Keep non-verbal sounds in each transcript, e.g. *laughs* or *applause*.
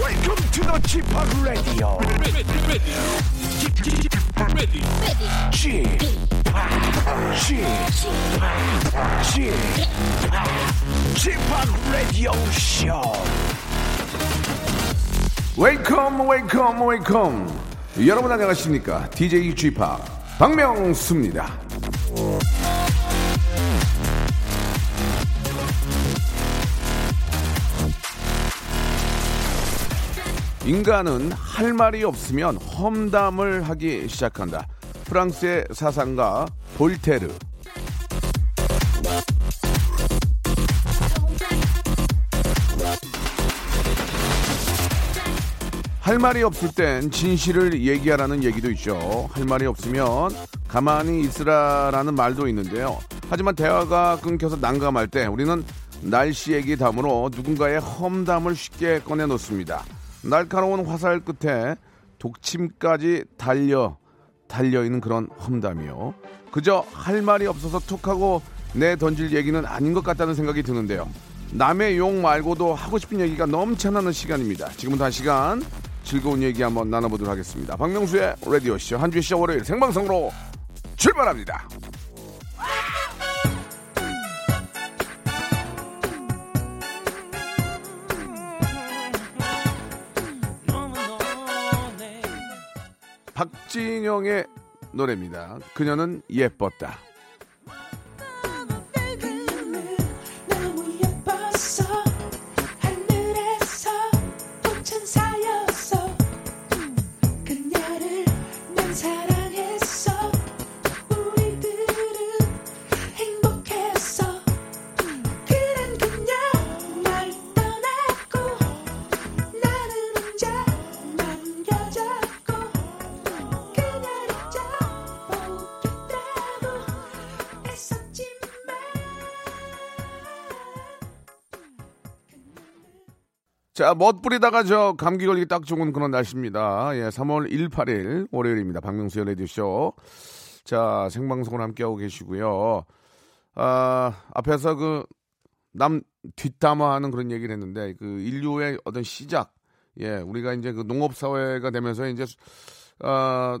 Welcome to the Chip Radio. Chip, Chip, Chip, Radio Show. 웨이컴 웨이컴 웨이컴 여러분 안녕하십니까 DJ g 파 박명수입니다 인간은 할 말이 없으면 험담을 하기 시작한다 프랑스의 사상가 볼테르 할 말이 없을 땐 진실을 얘기하라는 얘기도 있죠. 할 말이 없으면 가만히 있으라라는 말도 있는데요. 하지만 대화가 끊겨서 난감할 때 우리는 날씨 얘기 담으로 누군가의 험담을 쉽게 꺼내놓습니다. 날카로운 화살 끝에 독침까지 달려 달려있는 그런 험담이요. 그저 할 말이 없어서 툭하고 내 던질 얘기는 아닌 것 같다는 생각이 드는데요. 남의 욕 말고도 하고 싶은 얘기가 넘쳐나는 시간입니다. 지금부터 한 시간 즐거운 얘기 한번 나눠보도록 하겠습니다. 박명수의 라디오쇼 한주 시작 월요일 생방송으로 출발합니다. 박진영의 노래입니다. 그녀는 예뻤다. 너무 예뻤어 하늘에서 꽃천사였어 그녀를 난 사랑했어 우리들은 행복했어 그런 그녀 날 떠났고 나는 혼자 남겨졌고 그녀를 져보겠다고 애썼지만 자, 멋부리다가 저 감기 걸리기 딱 좋은 그런 날씨입니다. 예, 3월 18일 월요일입니다. 박명수의 라디오쇼. 자, 생방송을 함께하고 계시고요. 아, 앞에서 그 남 뒷담화하는 그런 얘기를 했는데 그 인류의 어떤 시작. 예, 우리가 이제 그 농업 사회가 되면서 이제 아,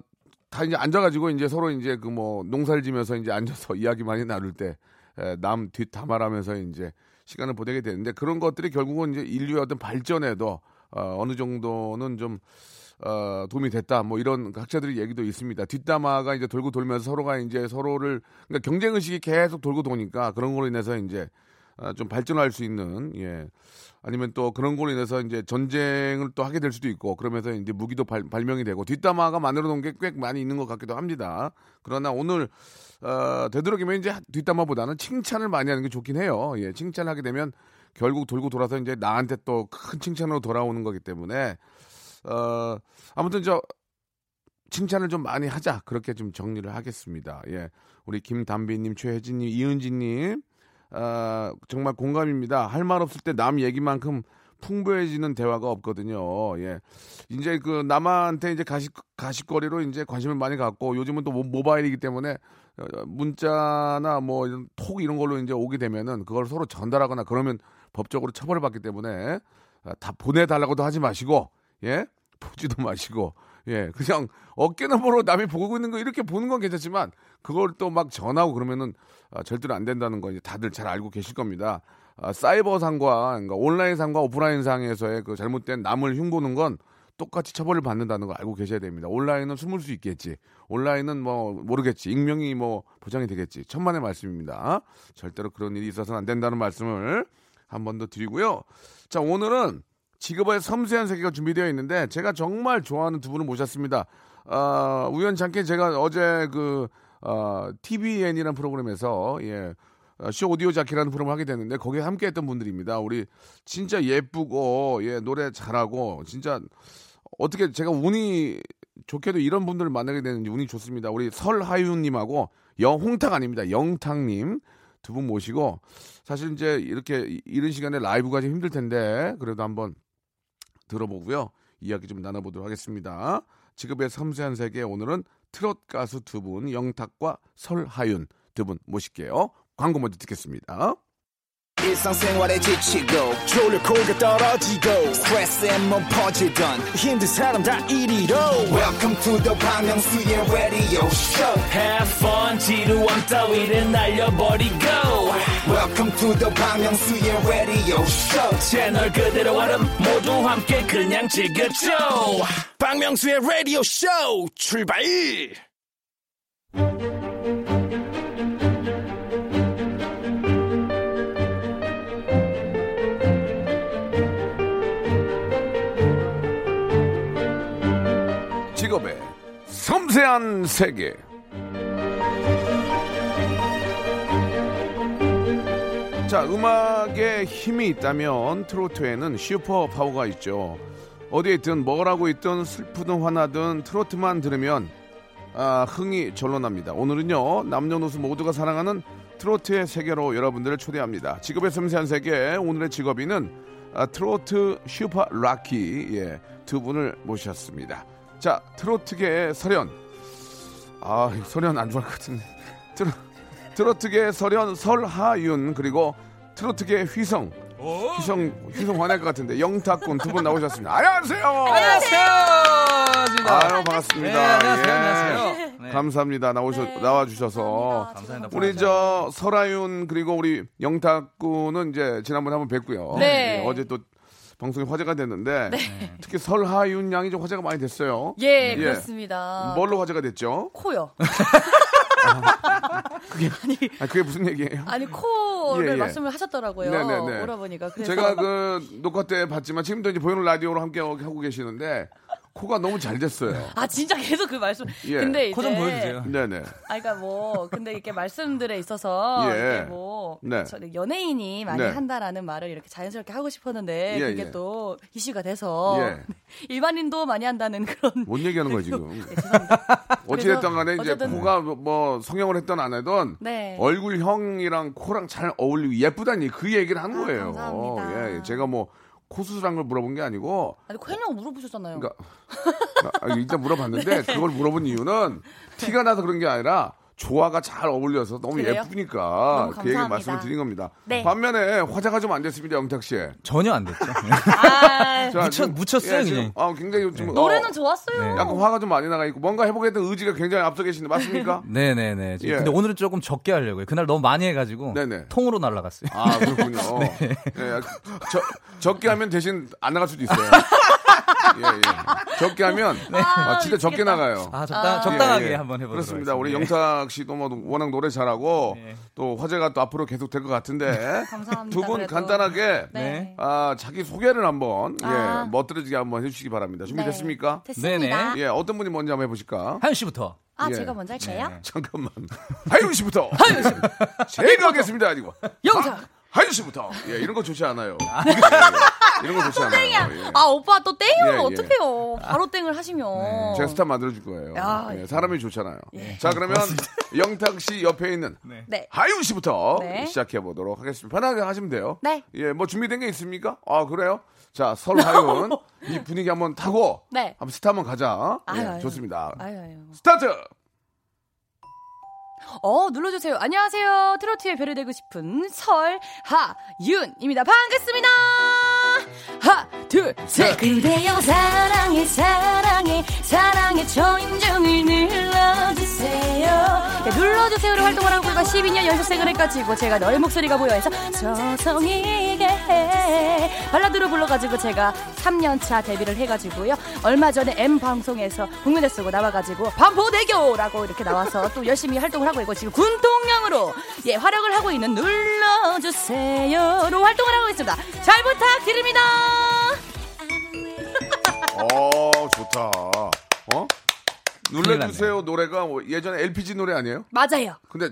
다 이제 앉아가지고 이제 서로 이제 그 뭐 농사를 지면서 이제 앉아서 *laughs* 이야기 많이 나눌 때남 뒷담화하면서 이제 시간을 보내게 되는데 그런 것들이 결국은 이제 인류의 어떤 발전에도 어, 어느 정도는 좀 어, 도움이 됐다. 뭐 이런 학자들의 얘기도 있습니다. 뒷담화가 이제 돌고 돌면서 서로가 이제 서로를 그러니까 경쟁 의식이 계속 돌고 도니까 그런 걸로 인해서 이제 아, 좀 발전할 수 있는 예 아니면 또 그런 걸로 인해서 이제 전쟁을 또 하게 될 수도 있고 그러면서 이제 무기도 발, 발명이 되고 뒷담화가 만들어 놓은 게 꽤 많이 있는 것 같기도 합니다. 그러나 오늘 어, 되도록이면 이제 뒷담화보다는 칭찬을 많이 하는 게 좋긴 해요. 예, 칭찬하게 되면 결국 돌고 돌아서 이제 나한테 또 큰 칭찬으로 돌아오는 거기 때문에 어, 아무튼 저 칭찬을 좀 많이 하자 그렇게 좀 정리를 하겠습니다. 예, 우리 김담비님, 최혜진님, 이은진님 아, 정말 공감입니다. 할 말 없을 때 남 얘기만큼 풍부해지는 대화가 없거든요. 예. 이제 그 남한테 이제 가식 가식거리로 이제 관심을 많이 갖고 요즘은 또 모- 모바일이기 때문에 어, 문자나 뭐 이런 톡 이런 걸로 이제 오게 되면은 그걸 서로 전달하거나 그러면 법적으로 처벌을 받기 때문에 아, 다 보내달라고도 하지 마시고 예 보지도 마시고 예 그냥 어깨너머로 남이 보고 있는 거 이렇게 보는 건 괜찮지만 그걸 또 막 전하고 그러면은 아, 절대로 안 된다는 거 이제 다들 잘 알고 계실 겁니다. 아, 사이버 상과 그러니까 온라인 상과 오프라인 상에서의 그 잘못된 남을 흉보는 건 똑같이 처벌을 받는다는 걸 알고 계셔야 됩니다. 온라인은 숨을 수 있겠지. 온라인은 뭐 모르겠지. 익명이 뭐 보장이 되겠지. 천만의 말씀입니다. 절대로 그런 일이 있어서는 안 된다는 말씀을 한 번 더 드리고요. 자, 오늘은 직업의 섬세한 세계가 준비되어 있는데 제가 정말 좋아하는 두 분을 모셨습니다. 아, 우연찮게 제가 어제 그 어, TVN이라는 프로그램에서 예. 어, 쇼 오디오 자키라는 프로그램을 하게 됐는데 거기에 함께했던 분들입니다. 우리 진짜 예쁘고 예 노래 잘하고 진짜 어떻게 제가 운이 좋게도 이런 분들을 만나게 되는지 운이 좋습니다. 우리 설하윤님하고 영홍탁 아닙니다. 영탁님 두 분 모시고 사실 이제 이렇게 이- 이른 시간에 라이브가 좀 힘들 텐데 그래도 한번 들어보고요 이야기 좀 나눠보도록 하겠습니다. 직업의 섬세한 세계 오늘은 트롯 가수 두 분 영탁과 설하윤 두 분 모실게요. 광고 먼저 듣겠습니다. 일상생활에 지치고, 졸려 코가 떨어지고, 스트레스에 몸 퍼지던, 힘든 사람 다 이리로. welcome to the Bang Myung-soo's radio show Have fun 지루함 따위를 날려버리고 welcome to the Bang Myung-soo's radio show 채널 그대로 얼음 모두 함께 그냥 즐겨줘 박명수의 라디오 쇼 출발 직업의 섬세한 세계. 자, 음악에 힘이 있다면 트로트에는 슈퍼 파워가 있죠. 어디에 있든 뭘 하고 있든 슬프든 화나든 트로트만 들으면 아, 흥이 절로 납니다. 오늘은요, 남녀노소 모두가 사랑하는 트로트의 세계로 여러분들을 초대합니다. 직업의 섬세한 세계, 오늘의 직업인은 아, 트로트 슈퍼 락키, 예, 두 분을 모셨습니다. 자, 트로트계의 설현. 아, 설현 안 좋아할 것 같은데. 트로, 트로트계의 설현, 설하윤, 그리고 트로트계의 휘성. 휘성, 휘성 화낼 것 같은데. 영탁군 두 분 나오셨습니다. 안녕하세요! 안녕하세요. 아유, 반갑습니다. 네, 안녕하세요. 예. 안녕하세요. 네. 감사합니다. 나오셔 나와 주셔서 어, 감사합니다. 우리 저 설아윤 그리고 우리 영탁군은 이제 지난번에 한번 뵀고요. 네. 예, 어제 또 방송이 화제가 됐는데 특히 설하윤 양이 좀 화제가 많이 됐어요. 예, 그렇습니다. 뭘로 화제가 됐죠? 코요. 아, 그게 무슨 얘기예요? 아니 *laughs* 코를 예, 예. 말씀을 하셨더라고요. 네, 네, 네. 오라버니가. 그래서 제가 그 녹화 때 봤지만 지금도 이제 보이는 라디오로 함께 하고 계시는데 코가 너무 잘 됐어요. *laughs* 아 진짜 계속 그 말씀. 예. 근데 이제 코 좀 보여주세요. 네네. 아, 그러니까 뭐 근데 이렇게 말씀들에 있어서 예. 이게 뭐 네. 저 연예인이 많이 네. 한다라는 말을 이렇게 자연스럽게 하고 싶었는데 예, 그게 예. 또 이슈가 돼서 예. *laughs* 뭐 일반인도 많이 한다는 그런. 뭔 얘기하는 거예요 지금? 네, 죄송합니다. *laughs* 어찌됐든 간에 이제 어쨌든- 코가 뭐- 뭐 성형을 했던 안 했던 네. 얼굴형이랑 코랑 잘 어울리고 예쁘다니 그 얘기를 한 거예요. 아, 감사합니다. 예, 예. 제가 뭐 코 수술한 걸 물어본 게 아니고 아니 코형 물어보셨잖아요. 그러니까 나- 아, 일단 물어봤는데 네. 그걸 물어본 이유는 티가 나서 그런 게 아니라 조화가 잘 어울려서 너무 그래요? 예쁘니까 너무 그 얘기 감사합니다. 말씀을 드린 겁니다. 네. 반면에 화자가 좀 안 됐습니다, 영탁 씨. 전혀 안 됐죠. *laughs* *laughs* 아, 자, 묻혔- 지금- 묻혔어요, 지금, 그냥. 네. 아, 굉장히 좀 노래는 어, 좋았어요. 약간 화가 좀 많이 나가 있고 뭔가 해보겠다는 의지가 굉장히 앞서 계신데 *laughs* 맞습니까? 네, 네, 네. 예. 근데 오늘은 조금 적게 하려고요. 그날 너무 많이 해가지고 네네. 통으로 날라갔어요. 아 그렇군요. 네. 예, 저, 적게 하면 대신 안 나갈 수도 *laughs* 있어요. 예, 예. 적게 하면 아, 진짜 적게 나가요. 아, 적당, 예, 적당하게 예. 한번 해보도록 그렇습니다. 하겠습니다. 우리 예. 영탁 씨도 뭐 워낙 노래 잘하고 예. 또 화제가 또 앞으로 계속 될 것 같은데 *laughs* 감사합니다. 두 분 그래도. 간단하게 네. 아, 자기 소개를 한번 예, 아. 멋들어지게 한번 해주시기 바랍니다. 준비됐습니까? 네. 됐습니다. 네네. 예, 어떤 분이 먼저 한번 해보실까? *laughs* 하윤 씨부터. 아 예. 제가 먼저 할까요? 네. 잠깐만. 하윤 *laughs* 씨부터. 하윤 씨. 뭐- 제가 하겠습니다. 아니고. 영탁. 하윤 씨부터. 예, 이런 거 좋지 않아요. 예, 예. 이런 거 좋지 않아요. 예. 아 오빠 또 예, 땡이면 예. 어떡해요 바로 땡을 하시면 제가 스타 만들어줄 거예요. 아, 예, 사람이 좋잖아요. 자, 그러면 영탁 씨 옆에 있는 네. 하윤 씨부터 네. 시작해 보도록 하겠습니다. 편하게 하시면 돼요. 네. 예, 뭐 준비된 게 있습니까? 아, 그래요? 자, 설 *laughs* 하윤. 이 분위기 한번 타고. 네. 한번 스타 한번 가자. 예, 아유, 아유. 좋습니다. 아유 아유 스타트! 어 눌러주세요 안녕하세요 트로트의 별이 되고 싶은 설하윤입니다 반갑습니다 하나 둘셋 네. 그대여 사랑해 사랑해 사랑해 저 인정을 눌러주세요 네, 눌러주세요를 활동을 한 꿀과 12년 연속 생을 해가지고 제가 너의 목소리가 보여서 저성이게 해 발라드로 불러가지고 제가 3년차 데뷔를 해가지고요 얼마 전에 M 방송에서 국민대 쓰고 나와가지고 반포대교라고 이렇게 나와서 또 열심히 활동을 하고 있고 지금 군통령으로 예 활약을 하고 있는 눌러주세요로 활동을 하고 있습니다 잘 부탁드립니다 어, 좋다. 어? 큰일 눌러주세요 노래가 뭐 예전에 LPG 노래 아니에요? 맞아요 근데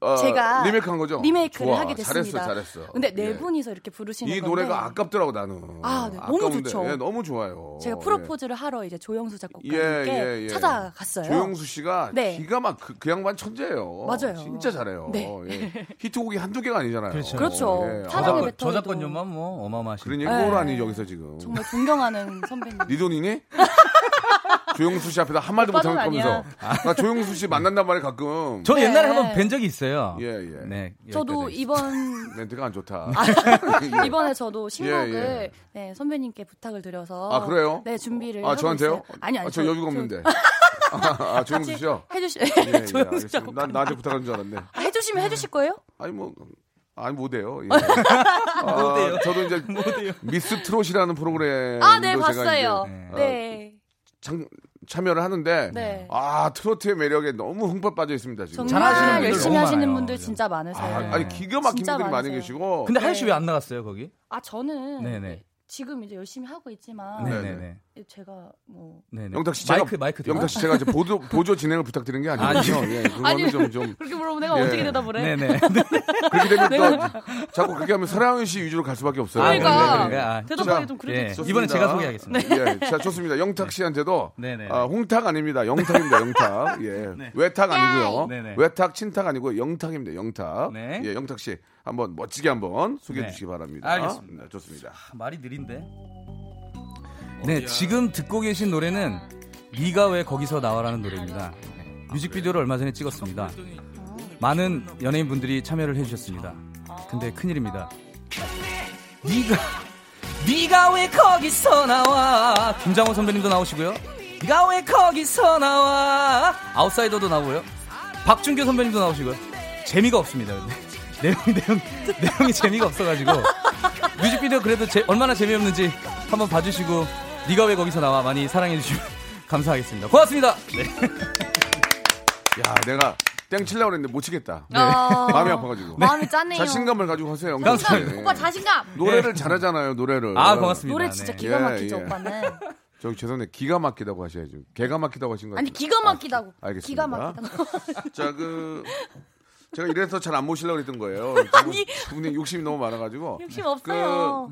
어, 제가 리메이크 한 거죠? 리메이크를 좋아, 하게 됐습니다 잘했어, 잘했어. 근데 네 예. 분이서 이렇게 부르시는 이 건데 노래가 아깝더라고 나는. 아, 네, 너무 아까운데, 좋죠. 예, 너무 좋아요. 제가 프로포즈를 예. 하러 이제 조영수 작곡가님께 찾아갔어요. 조영수 씨가 네. 기가 막 그 양반 천재예요. 맞아요. 진짜 잘해요. 네. 예. 히트곡이 한두 개가 아니잖아요. 그렇죠. 그렇죠. 아, 사랑의 저작권, 배터리도. 저작권료만 뭐 그러니까. 어마어마하시. 그런 네. 얘기 네. 뭘 하니 *laughs* 여기서 지금. 정말 존경하는 선배님. 네 돈이니? 조영수 씨 앞에서 한 말도 못 오빠는 하면서 나 조영수 씨 만난단 말에 가끔 저는 네. 옛날에 한번 뵌 적이 있어요. 예, 예. 네. 저도 여기까지. *laughs* 이번 *laughs* 멘트가 안 좋다. 아, 예. 이번에 저도 신곡을 예. 네, 선배님께 부탁을 드려서 아, 그래요? 네 준비를 아 하고 저한테요? 있어요. 아니 아니 아, 저 여유가 없는데. 아, 아, 조영수 씨요. *laughs* 해주시 예, 예, 조영수 알겠습니다. 자꾸 난 나한테 음. 부탁한 줄 알았네. 아, 해주시면 해주실 거예요? 아니 뭐 아니 못해요. *laughs* 예. 아, 저도 이제 미스 트롯이라는 프로그램 아 네 봤어요. 아, 네. 참여를 하는데 네. 아 트로트의 매력에 너무 흥뻑 빠져 있습니다 지금. 잘하시는 정말 분들 열심히 너무 하시는 많아요. 분들 진짜 많으세요. 네. 아, 아, 아니 기가 막힌 진짜 분들이 많이 많으세요. 계시고 근데 네. 하연 씨왜 안 나갔어요 거기? 아, 저는 네네. 지금 이제 열심히 하고 있지만 네네네. 제가 뭐 네네. 아, 영탁 씨 제가 마이크 마이크 들어요? 영탁 씨 제가 이제 *laughs* 보조 보조 진행을 부탁드린 게 아니거든요. 예, 그거는 아니, 좀 좀 그렇게 물어보면 내가 예. 어떻게 대답을 해? 네네. 그렇게 되면 *laughs* 또 자꾸 그렇게 하면 서량윤 씨 위주로 갈 수밖에 없어요. 아, 그러니까. 예, 예. 그런가? 아, 대답하기 자, 좀 예. 그래도 이번엔 제가 소개하겠습니다. 네. 예, 자 좋습니다. 영탁 씨한테도 네네. 네. 아, 홍탁 아닙니다. 영탁입니다. 영탁. *laughs* 예, 외탁 아니고요. 네네. 외탁 친탁 아니고 영탁입니다. 영탁. 네. 예, 영탁 씨 한번 멋지게 한번 소개해 네. 주시기 바랍니다. 알겠습니다. 네, 좋습니다. 말이 느린데. 네, 지금 듣고 계신 노래는 네가 왜 거기서 나와라는 노래입니다. 네, 뮤직비디오를 얼마 전에 찍었습니다. 많은 연예인분들이 참여를 해주셨습니다. 근데 큰일입니다. 네가 네가 왜 거기서 나와? 김장호 선배님도 나오시고요. 네가 왜 거기서 나와? 아웃사이더도 나오고요. 박준규 선배님도 나오시고요. 재미가 없습니다. 근데. 내용이 내용 내용이 재미가 없어가지고 뮤직비디오 그래도 제- 얼마나 재미없는지 한번 봐주시고 네가 왜 거기서 나와 많이 사랑해주시면 *laughs* 감사하겠습니다. 고맙습니다. 네. 야, 내가 땡 치려고 했는데 못 치겠다. 아, 마음이 아파가지고. 마음이 짠해요. 자신감을 가지고 하세요. 영탁 씨. 감사합니다. 예. 오빠 자신감. 노래를 잘하잖아요. 노래를. 아 고맙습니다. 노래 진짜 네. 기가 예, 막히죠 예. 오빠는. 저 죄송한데 기가 막히다고 하셔야죠. 개가 막히다고 하신 거 아니 같아요. 기가 막히다고. 아, 알겠습니다. 기가 막히다고. *laughs* *laughs* 자, 그 제가 이래서 잘 안 모시려고 그랬던 거예요. *laughs* 아니. 두 분이 욕심이 너무 많아가지고. 욕심 없어요.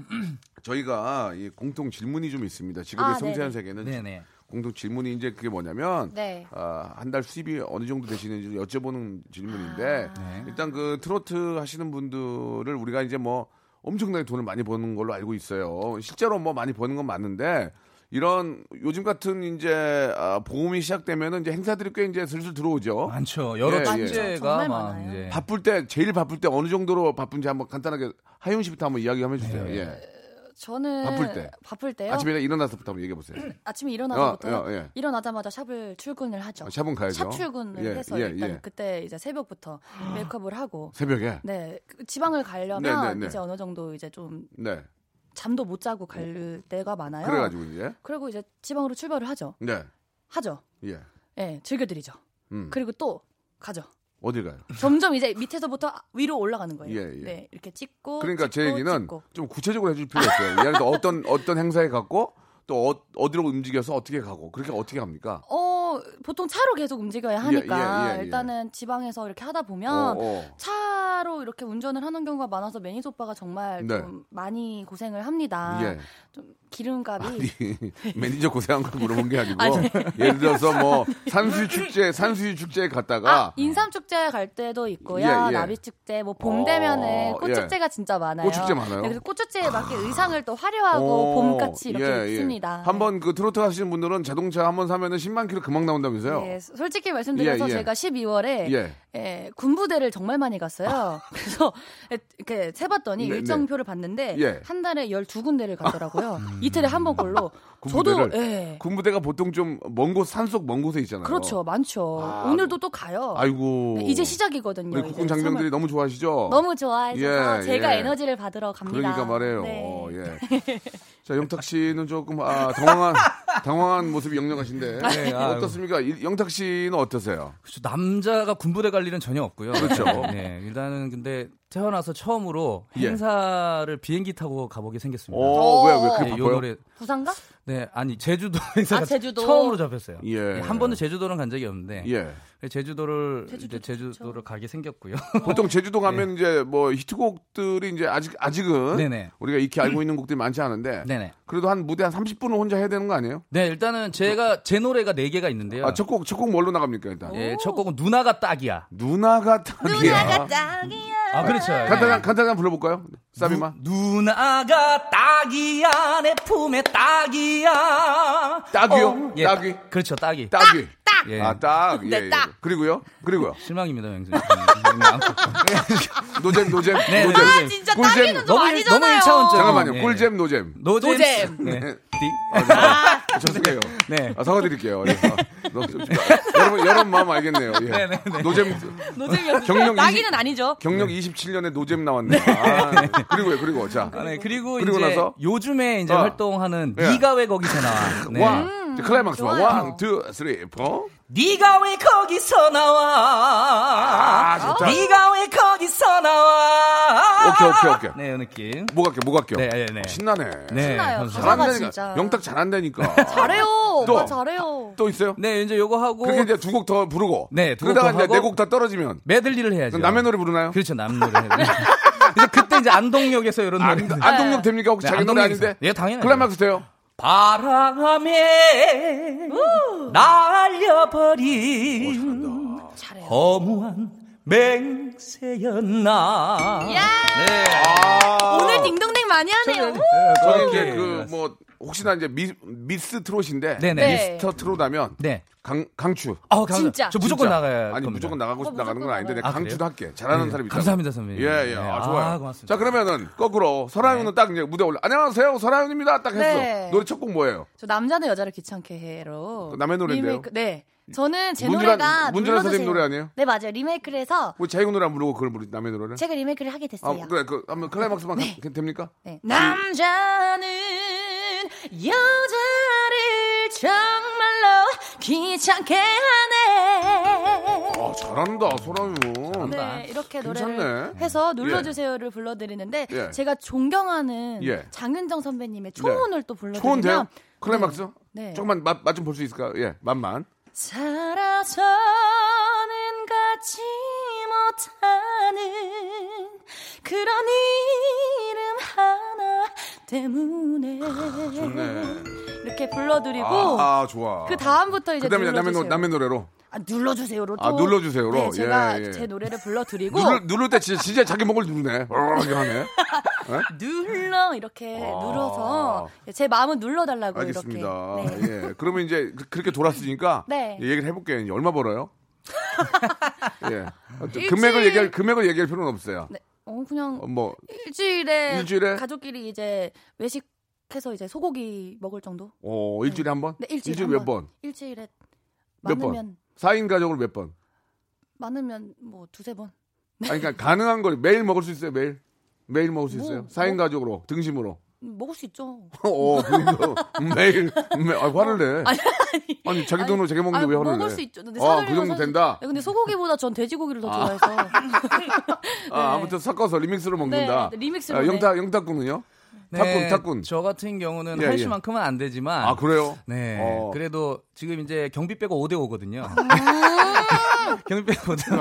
저희가 이 공통 질문이 좀 있습니다. 지금의 아, 섬세한 네네. 세계는 네네. 공통 질문이 이제 그게 뭐냐면 네. 아, 한 달 수입이 어느 정도 되시는지 여쭤보는 질문인데 아. 일단 그 트로트 하시는 분들을 우리가 이제 뭐 엄청나게 돈을 많이 버는 걸로 알고 있어요. 실제로 뭐 많이 버는 건 맞는데 이런 요즘 같은 이제 아, 보험이 시작되면은 이제 행사들이 꽤 이제 슬슬 들어오죠. 많죠. 예, 여러 예. 축제가 정말 막 많아요. 이제 바쁠 때 제일 바쁠 때 어느 정도로 바쁜지 한번 간단하게 하윤 씨부터 한번 이야기 한번 해주세요. 예. 저는 바쁠 때. 바쁠 때요. 아침에 일어나서부터 한번 얘기해 보세요. 아침에 일어나서부터 어, 어, 예. 일어나자마자 샵을 출근을 하죠. 아, 샵은 가야죠. 샵 출근을 예, 해서 예, 일단 예. 그때 이제 새벽부터 메이크업을 하고 새벽에. 네 그 지방을 가려면 네, 네, 네. 이제 어느 정도 이제 좀 네. 잠도 못 자고 갈 때가 많아요. 그래가지고 이제. 리고 이제 지방으로 출발을 하죠. 네. 하죠. 예. 예, 즐겨드리죠. 음. 그리고 또 가죠. 어딜 가요? 점점 이제 밑에서부터 위로 올라가는 거예요. 예, 예. 네, 이렇게 찍고 그러니까 제 찍고, 얘기는 찍고. 좀 구체적으로 해줄 필요가 있어요. 예를 들어 어떤 *laughs* 어떤 행사에 갔고 또 어, 디로 움직여서 어떻게 가고 그렇게 어떻게 합니까? 어 보통 차로 계속 움직여야 하니까 예, 예, 예. 일단은 지방에서 이렇게 하다 보면 어, 어. 차로 이렇게 운전을 하는 경우가 많아서 매니저 오빠가 정말 네. 좀 많이 고생을 합니다. 예. *laughs* 좀 기름값이 매니저 고생한 걸 물어본 *laughs* 게 아니고 예를 들어서 뭐 산수유 축제 산수유 축제에 아, 갔다가 인삼 축제 갈 때도 있고요. 예, 예. 나비 축제, 뭐 봄 되면은 어, 꽃 예. 축제가 진짜 많아요. 꽃 축제 많아요? 네, 그래서 꽃 축제에 맞게 의상을 또 화려하고 어, 봄같이 이렇게 예, 예. 입습니다. 한번 그 트로트 하시는 분들은 자동차 한번 사면은 10만 킬로 금방 나온다면서요? 예, 솔직히 말씀드려서 예, 예. 제가 12월에 예. 예, 군부대를 정말 많이 갔어요. 그래서 이렇게 세봤더니 아. 네, 일정표를 봤는데 예. 아. 음. 한 달에 12군데를 갔더라고요. 이틀에 한 번꼴로. 저도 군부대를? 예. 군부대가 그 보통 좀 먼 곳 산속 먼 곳에 있잖아요. 그렇죠. 많죠. 아, 오늘도 또 가요. 아이고. 이제 시작이거든요. 우리 이제 국군 장병들이 삼월. 너무 좋아하시죠? 너무 좋아해서 예, 제가 예. 에너지를 받으러 갑니다. 그러니까 말해요. 네. 어, 예. 자, 영탁 씨는 조금 아, *laughs* 당황한 당황한 모습이 역력하신데 예, 네, 아유. 어떻습니까? 이- 영탁 씨는 어떠세요? 그렇죠. 남자가 군부대 갈 일은 전혀 없고요. 그렇죠. 네, 일단은 근데 태어나서 처음으로 예. 행사를 비행기 타고 가보게 생겼습니다. 어, 왜왜 그렇게 네, 요 바빠요? 노래 부산가? 네 아니 제주도 *laughs* 행사가 제주도. 처음으로 잡혔어요. 예. 네, 한 번도 제주도는 간 적이 없는데 예. 네, 제주도를 제주도 이제 제주도를 *laughs* 가게 생겼고요. 보통 제주도 가면 이제 뭐 히트곡들이 이제 아직 아직은 예. 네네. 우리가 익히 알고 있는 곡들이 많지 않은데 네네. 그래도 한 무대 한 30분은 혼자 해야 되는 거 아니에요? 네 일단은 제가 제 노래가 네 개가 있는데요. 아, 첫 곡 첫 곡 뭘로 나갑니까, 일단? 어, 예, 첫 곡은 누나가 딱이야. 누나가 딱이야. 아 그렇죠. 네. 간단한 간단한 불러 볼까요? 사비만. 누나가 딱이야 내 품에 딱이야 딱이요? 예, 딱이? 그렇죠, 딱이. 딱이. 딱! 예. 아, 딱. 예, 네, 예. 딱. 그리고요? 그리고요? 실망입니다, 음, 형님. 노잼, 노잼, 네, 노잼. 네. 아, 진짜 꿀잼. 딱이는 좀 너무 일- 아니잖아요. 너무 일차원적이에요. 잠깐만요. 예. 꿀잼, *laughs* 노잼. 노잼. 노잼. 네. 디- 죄송해요. 네. 아, 사과드릴게요. 예. 아, 너무 좀- 여러분, 여러분 마음 알겠네요. 예. 네, 네, 네. 노잼, *laughs* 노잼이었어요. 경력 딱이는 이십- 아니죠. 경력 27년에 노잼 나왔네요. 아, 그리고요, 그리고. 자. 아, 네. 그리고, 그리고 이제 나서? 요즘에 이제 아. 활동하는 예. 네가 왜 거기서 나와? 네. 와. 이제 클라이막스 와. 음, 좋아요. 원, 투, 쓰리, 포. 네가 왜 거기서 나와? 아, 좋다. 네가 왜 거기서 나와? 오케이, 오케이, 오케이. 네, 요 느낌. 뭐 갈게요, 뭐 갈게요. 네, 네, 네. 신나네. 네, 신나요. 감사합니다. 가사가 잘한다니까. 진짜. 영탁 잘한다니까. 잘해요. 또. 오빠 잘해요. 또 있어요? 네, 이제 요거 하고 그렇게 이제 두 곡 더 부르고. 네, 두곡 그러다가 더 이제 하고. 네 곡 다 떨어지면. 메들리를 해야죠. 그럼 남의 노래 부르나요? 그렇죠, 남 노래. *laughs* 이제 그때 이제 안동역에서 이런 안, 노래. 아, 네. 안동역 됩니까? 혹시 네, 자기 노래 안동역에서. 아닌데? 예, 당연히. 클라이막스 돼요? 바람에 날려버린 잘해요. 허무한 맹세였나. 네. 오늘 딩동댕 많이 하네요. 우! 아, 저는 오케이. 이제 그 뭐 혹시나 이제 미, 미스 트롯인데 네네. 네. 미스터 트롯하면 네. 강 강추 어, 감- 진짜. 저 무조건 진짜. 나가야. 아니 무조건 나가고 어, 싶 나가는 건 무조건 아닌데 내가 나가요. 네. 강추도 할게 잘하는 사람이 있다 감사합니다, 선배님. 예예 네. 아, 아, 좋아요 고맙습니다. 네. 자 그러면은 거꾸로 설아윤은 딱 이제 무대 올라 안녕하세요 설아윤입니다 딱 했어 네. 노래 첫 곡 뭐예요 저 남자는 여자를 귀찮게 해로. 어, 남의 노래인데요? 리메이크- 네. 저는 제 문준환- 노래가 문준환 선생님 눌러주세요. 노래 아니에요? 네 맞아요. 리메이크를 해서 뭐 자기 노래 안 부르고 그걸 부르 남의 노래를 제가 리메이크를 하게 됐어요. 아 그래 그 한번 클라이막스만 가- 됩니까 네. 남자는 여자를 정말로 귀찮게 하네. 아 잘한다 뭐. 설아윤 네, 이렇게 괜찮네. 노래를 해서 눌러주세요를 불러드리는데 예. 제가 존경하는 예. 네. 장윤정 선배님의 초혼을 또 초원 돼요 네. 불러드리면 클라이막스 네. 조금만 맛 좀 볼 수 있을까 예 맛만 살아서는 같이 못하는 그런 이름 하나 때문에 이렇게 불러드리고 아, 아, 좋아 그 다음부터 이제 그다음에 남의, 눌러주세요. 노, 남의 노래로 아, 눌러주세요로 또 아, 눌러주세요로. 네, 제가 예, 예. 제 노래를 불러드리고 누를, 누를 때 진짜, 진짜 자기 목을 누르네 어, 이렇게 하네 눌러 이렇게 눌러서 네, 제 마음은 눌러달라고 아. 알겠습니다 이렇게. 네. 예 그러면 이제 그- 그렇게 돌았으니까 네. 예, 얘기를 해볼게요 이제 얼마 *laughs* 벌어요 예 일주일- 금액을 얘기할 금액을 얘기할 필요는 없어요 네. 어 그냥 어, 뭐 일주일에, 일주일에? 가족끼리 이제 외식해서 이제 소고기 먹을 정도? 어, 일주일에 한번 네, 일주일에 한 몇 번? 일주일에 몇 번? 많으면 사인 가족으로 몇 번? 많으면 뭐 두세 번. 아니 그러니까 가능한 걸 매일 먹을 수 있어요 매일 매일 먹을 수 있어요 뭐, 사인 가족으로 등심으로 *laughs* 음, 먹을 수 있죠. 어, 그거 매일, 매일 아, 화를 내. 아니, 자기 돈으로 자기 먹는데 아니, 왜 화를 내? 먹을 수 있죠. 근데 아, 사다리만 그 정도 사실- 된다. 네, 근데 소고기보다 전 돼지고기를 *laughs* 더 좋아해서. 아, 아무튼 섞어서 리믹스로 먹는다. 네, 리믹스로, 아, 네. 영탁, 영탁군은요? 탁군, 탁군. 네, 저 같은 경우는 예, 한 예. 씨만큼은 안 되지만. 아, 그래요? 네. 어. 그래도 지금 이제 경비 빼고 5대 5거든요. 아. *laughs* 경비 빼고 5대 5.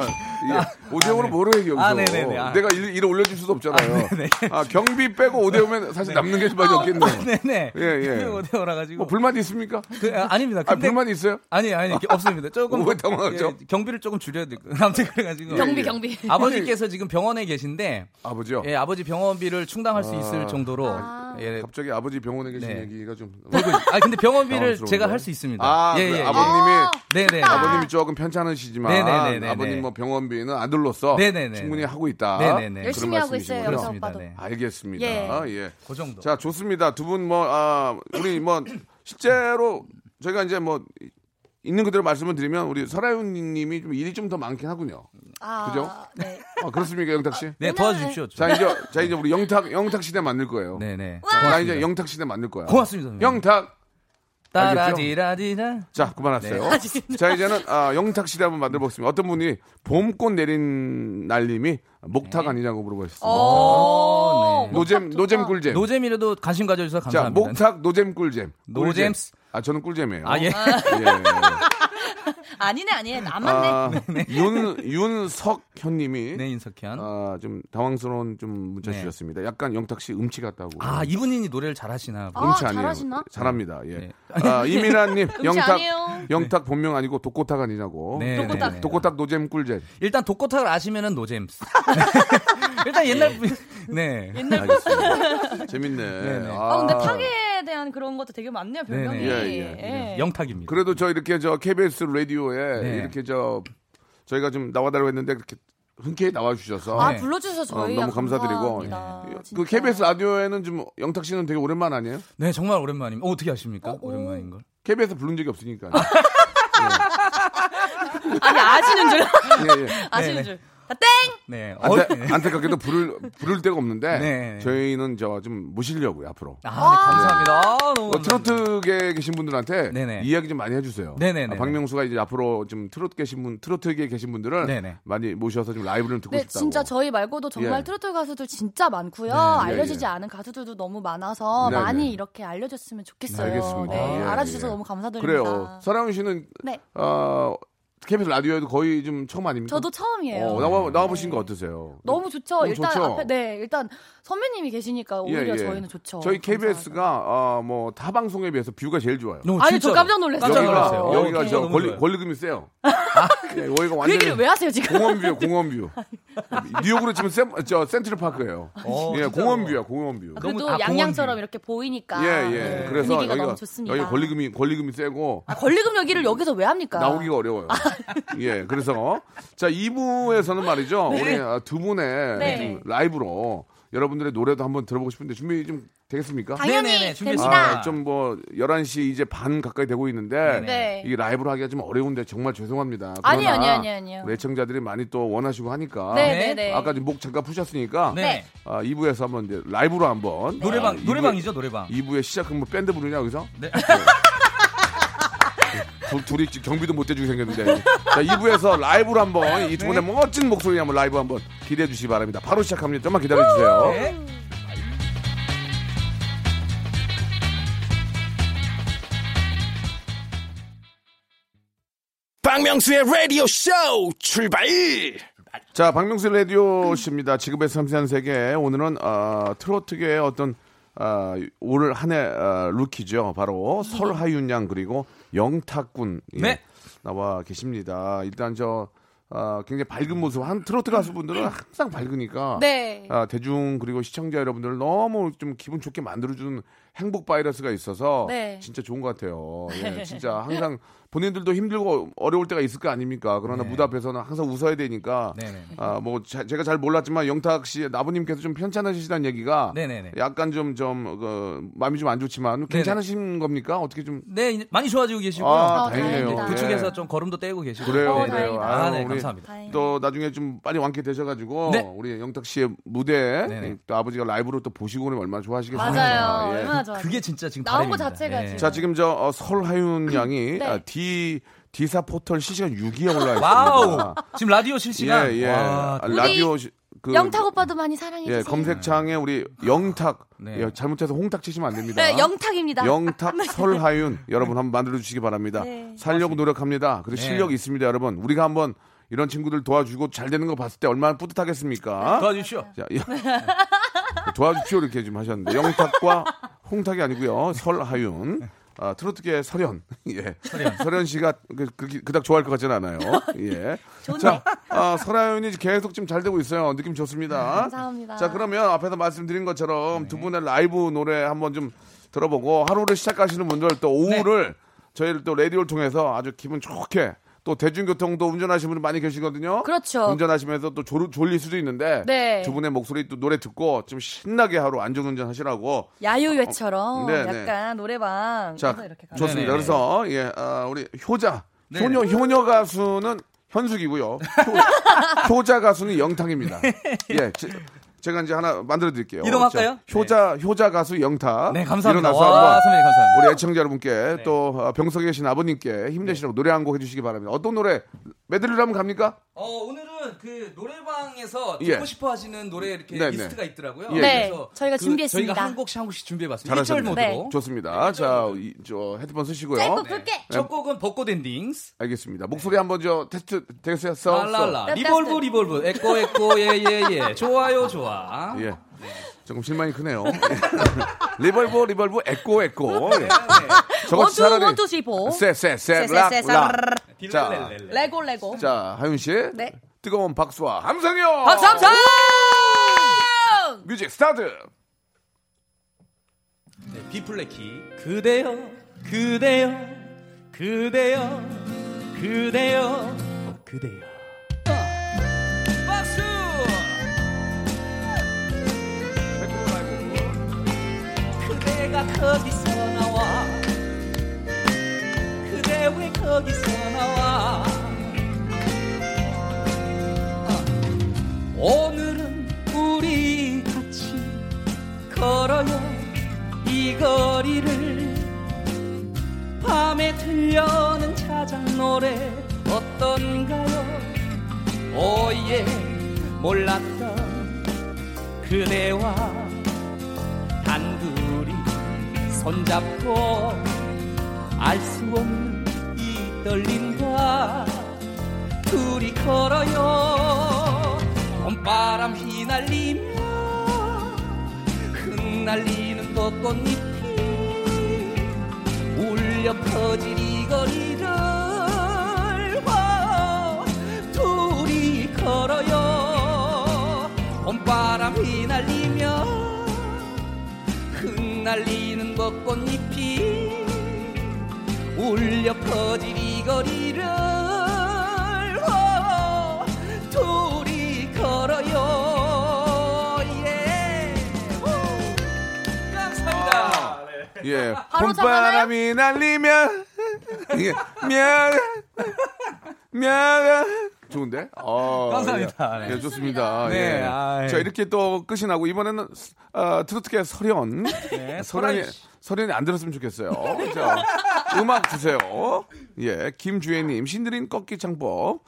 오대오로 뭐로 얘기해, 여기서. 아, 네네네. 아. 내가 일, 일 올려줄 수도 없잖아요. 네네. 네. 아, 아, 경비 빼고 오대오면 사실 남는 게 많이 없겠네요. 네네. 예, 예. 경비 5대 5라 가지고. 뭐, 불만 있습니까? 그, 아, 닙니다 아, 근데 불만 있어요? 아니 아니 이렇게 없습니다. 조금 *laughs* 왜 당황하죠? 예, 경비를 조금 줄여야 될 거. 아무튼 그래가지고 네. 예, 경비, 경비. 아버지께서 지금 병원에 계신데 아버지요? 예, 아버지 병원비를 충당할 수 있을 정도로 예. 아. 갑자기 아버지 병원에 계신 네. 얘기가 좀. 아 근데 병원비를 당황스러운데. 제가 할 수 있습니다. 아, 예, 그래. 예, 예. 아버님이. 네네. 아버님이 조금 편찮으시지만 네네네네네. 아버님 뭐 병원비는 아들로서 네네네. 충분히 하고 있다. 네네네. 그런 열심히 하고 있어요, 말씀이시군요. 영상 그렇습니다. 오빠도. 네. 알겠습니다. 예. 예. 그 정도. 자 좋습니다. 두 분 뭐 아, 우리 뭐 실제로 저희가 이제 뭐 있는 그대로 말씀을 드리면 우리 설아윤님이 좀 일이 좀 더 많긴 하군요. 아, 그죠? 네. 아, 그렇습니까 영탁 씨? 네 도와주십시오. 좀. 자 이제 자 이제 우리 영탁 영탁 시대 만들 거예요. 네네. 나 아, 이제 영탁 시대 만들 거야. 고맙습니다. 선배님. 영탁. 따라디라디라. 자 그만하세요. 아, 진짜. 자 이제는 아, 영탁 시대 한번 만들어 보겠습니다. 어떤 분이 봄꽃 내린 날님이 목탁 아니냐고 물어보셨습니다. 오, 네. 노잼 노잼 꿀잼. 노잼이라도 관심 가져주셔서 자, 감사합니다. 목탁 노잼 꿀잼. 노잼스. 꿀잼. 아, 저는 꿀잼이에요. *laughs* 아 예. 예. 아니네, 아니네. 안 맞네. 아, 윤 윤석현 님이 네 인석현. 아, 좀 당황스러운 좀 문자 네. 주셨습니다. 약간 영탁 씨 음치 같다고. 아 이분이 노래를 잘하시나. 봐. 아, 음치 아니에요. 잘하시나? 잘합니다. 예. 네. 아, 이민아 님, 영탁 아니에요. 영탁 본명 아니고 독고탁 아니냐고. 네, 네, 독고탁. 네. 독고탁 노잼 꿀잼. 일단 독고탁을 아시면은 노잼스. *laughs* 일단 옛날 분- *laughs* 네. 알겠습니다. *laughs* 재밌네. 아. 네, 네. 아, 근데 타계에 대한 그런 것도 되게 많네요. 별명이. 네네. 예, 예. 영탁입니다. 그래도 저 이렇게 저 KBS 라디오에 네. 이렇게 저 저희가 좀 나와달라고 했는데 그렇게 흔쾌히 나와주셔서 아 네. 불러주셔서 어, 저희 너무 감사드리고 그 KBS 라디오에는 좀 영탁 씨는 되게 오랜만 아니에요? 네, 정말 오랜만입니다. 어, 어떻게 아십니까? 오랜만인 걸. KBS 부른 적이 없으니까. 아, 아니 아시는 줄 예, 예. 아시는 네네. 줄. 다 땡. 네. 어, 안타, 네. 안타깝게도 부를 부를 데가 없는데 네. 저희는 저 좀 모시려고요 앞으로. 아, 네, 감사합니다. 아, 너무 어, 감사합니다. 트로트계에 계신 분들한테 네네. 이야기 좀 많이 해주세요. 네네네. 아, 박명수가 이제 앞으로 좀 트로트 계신 분, 트로트계에 계신 분들을 네네. 많이 모셔서 좀 라이브를 듣고 네, 싶다고. 진짜 저희 말고도 정말 예. 트로트 가수들 진짜 많고요. 예, 알려지지 예. 않은 가수들도 너무 많아서 네, 많이 네. 이렇게 알려줬으면 좋겠어요. 알겠습니다. 네, 예, 알아주셔서 예. 너무 감사드립니다. 그래요. 서랑 씨는 네, 어, KBS 라디오에도 거의 좀 처음 아닙니까? 저도 처음이에요. 네. 어, 나와 나와 보신 거 어떠세요? 너무 좋죠. 너무 일단 좋죠? 앞에 네, 일단 선배님이 계시니까 오히려 예, 예. 저희는 좋죠. 저희 감사하죠. KBS가 어, 뭐타 방송에 비해서 뷰가 제일 좋아요. 너무 아니, 진짜로. 저 깜짝 놀랐어요. 깜짝 여기가 놀랐어요. 놀랐어요. 여기가 어, 저 너무 권리, 좋아요. 아, 권리금이 세요. 예, 여기가 그 완전 얘기를 왜 하세요 지금? 공원뷰요, *laughs* 공원뷰. 뉴욕으로 치면 센, 저 센트럴 파크예요. 어, 예, 진짜로. 아, 공원뷰야, 공원뷰. 아, 너무 그래도 다 양양처럼 공원비. 이렇게 보이니까 예, 예. 네, 그래서 분위기가 여기가 너무 좋습니다. 여기 권리금이 권리금이 세고 아, 권리금 여기를 여기서 왜 합니까? 나오기가 어려워요. 예, 그래서 자 2부에서는 말이죠. 우리 아, 두 분의 네. 좀 라이브로 여러분들의 노래도 한번 들어보고 싶은데 준비 좀 되겠습니까? 당연히 네, 네, 네, 준비했습니다. 됩니다. 아, 좀 뭐 11시 이제 반 가까이 되고 있는데 네. 이게 라이브로 하기가 좀 어려운데 정말 죄송합니다. 아니에요, 그러나 아니에요, 아니에요, 아니에요. 우리 애청자들이 많이 또 원하시고 하니까 네, 네, 네. 아까 지금 목 잠깐 푸셨으니까 네. 아, 2부에서 한번 이제 라이브로 한번 노래방 아, 이부에- 노래방이죠, 노래방. 2부의 시작은 뭐 밴드 부르냐 여기서? 네. 둘- 둘이 지금 경비도 못 대주게 생겼는데. 자, 2부에서 라이브로 한번 이 두 분의 네. 멋진 목소리 한번 라이브 한번 기대해 주시기 바랍니다. 바로 시작합니다. 좀만 기다려 주세요. 네. 박명수의 라디오 쇼 출발! 자, 박명수 라디오 씨입니다. 지금의 섬세한 세계. 오늘은 어, 트로트계의 어떤 어, 올 한해 어, 루키죠. 바로 설하윤 양 그리고 영탁군 예, 네. 나와 계십니다. 일단 저 어, 굉장히 밝은 모습. 한 트로트 가수분들은 항상 밝으니까 네. 아, 대중 그리고 시청자 여러분들을 너무 좀 기분 좋게 만들어주는 행복 바이러스가 있어서 네. 진짜 좋은 것 같아요. 예, 진짜 항상 본인들도 힘들고 어려울 때가 있을 거 아닙니까? 그러나 무대 앞에서는 항상 웃어야 되니까. 네. 네네네. 아, 뭐 자- 제가 잘 몰랐지만 영탁 씨 나부님께서 좀 편찮으시다는 얘기가 네네네. 약간 좀 좀 그, 마음이 좀 안 좋지만 괜찮으신 겁니까? 어떻게 좀 네, 이제 많이 좋아지고 계시고요. 아, 어, 다행이네요. 다행이다. 그쪽에서 예. 좀 걸음도 떼고 계시고. 그래요, 어, 그래요. 다행이다. 아, 네, 우리 감사합니다. 다행이다. 또 나중에 좀 빨리 완쾌되셔가지고 네. 우리 영탁 씨의 무대 네네. 또 아버지가 라이브로 또 보시고 오면 얼마나 좋아하시겠어요. 예. 맞아요. 얼마나 좋아. 그게 진짜 지금 나온 거 바람입니다. 자체가 예. 지금. 자 지금 저 어, 설하윤 양이 네. 아, D D사 포털 실시간 6위에 올라 와우. 있습니다. 아, 지금 라디오 실시간. 예예. 와, 아, 라디오 시- 그 영탁 오빠도 많이 사랑해 주세요. 예 검색창에 우리 영탁 네. 예, 잘못해서 홍탁 치시면 안 됩니다. 네, 영탁입니다. 영탁 설하윤 여러분 한번 만들어 주시기 바랍니다. 네. 살려고 노력합니다. 그리고 네. 실력 있습니다, 여러분. 우리가 한번 이런 친구들 도와주고 잘 되는 거 봤을 때 얼마나 뿌듯하겠습니까? 도와주십시오. 네, 자, 여- *laughs* 도와주십시오 이렇게 좀 하셨는데 영탁과 홍탁이 아니고요 설하윤 아, 트로트계 설현 *laughs* 예 설현 씨가 그, 그, 그닥 좋아할 것 같진 않아요 예 자, 아, 설하윤이 계속 지금 잘 되고 있어요 느낌 좋습니다 네, 감사합니다. 자 그러면 앞에서 말씀드린 것처럼 두 분의 라이브 노래 한번 좀 들어보고 하루를 시작하시는 분들 또 오후를 저희를 또 라디오를 통해서 아주 기분 좋게 또 대중교통도 운전하시는 분들 많이 계시거든요. 그렇죠. 운전하시면서 또 졸, 졸릴 수도 있는데 네. 두 분의 목소리 또 노래 듣고 좀 신나게 하루 안전운전 하시라고 야유회처럼 어, 네, 네. 약간 노래방 자 해서 이렇게 가. 좋습니다 네네네. 그래서 예 아, 우리 효자 네. 효녀 효녀 가수는 현숙이고요 *laughs* 효, 효자 가수는 영탁입니다 예 제, 제가 이제 하나 만들어 드릴게요 이동할까요? 자, 효자 효자 가수 영탁 네, 감사합니다. 일어나서 와, 한번 선배님 네. 감사합니다. 우리 애청자 여러분께 또 아, 병석에 계신 아버님께 네. 힘내시라고 노래 한 곡 해주시기 바랍니다 어떤 노래 메들리로 하면 갑니까 어, 오늘은 그 노래방에서 예. 듣고 싶어 하시는 노래 이렇게 네, 네. 리스트가 있더라고요. 예, 예. 네, 그래서 저희가 그 준비했습니다. 저희가 한 곡씩 한 곡씩 준비해봤습니다. 잘하셨네요. 1절 모드로. 좋습니다 네, 자저 헤드폰 쓰시고요 짧고 굵게. 첫 곡은 벚꽃 엔딩스. 알겠습니다. 목소리 한번 저 테스트 되겠어요? 써, 써. 랄랄라. 리볼브 리볼브. 에코 에코 예예예. 좋아요 좋아. 예. 조금 실망이 크네요. *laughs* 리벌브 리벌브 에코 에코. 예. 원투 저같이 차라리 원투 시포. 쎄쎄쎄락 자, 딜랄랄랄라. 레고 레고. 네, 자, 하윤 씨. 네. 뜨거운 박수와 함성요. 박수 함성. 뮤직 스타트. 네, B 플랫 키. 그대여, 그대여, 그대여, 그대여, 어, 그대여. 박수. 그대가 거기서 나와. 그대 왜 거기서 나와? 어. 오늘은 우리 같이 걸어요. 이 거리를 밤에 들려오는 차장 노래 어떤가요? 오예 몰랐던 그대와 단둘이 손잡고 알 수 없는 이 떨림과 둘이 걸어요 봄바람 휘날리며 흩날리는 벚꽃잎이 울려 퍼질 이 거리를 와, 둘이 걸어요 봄바람이 날리며 흩날리는 벚꽃잎이 울려 퍼질 이 거리를 와, 둘이 걸어요 예 오, 감사합니다 예. 바로 봄바람이 날리면 예. 미안 미안 좋은데? 어, 감사합니다. 예, 네. 예, 좋습니다. 네, 예. 아, 예. 자 이렇게 또 끝이 나고 이번에는 아, 트로트계 서련 네, 서련이 서른 씨. 서련이 안 들었으면 좋겠어요. 자, 음악 주세요. 예, 김주혜님 신드린 꺾기 창법.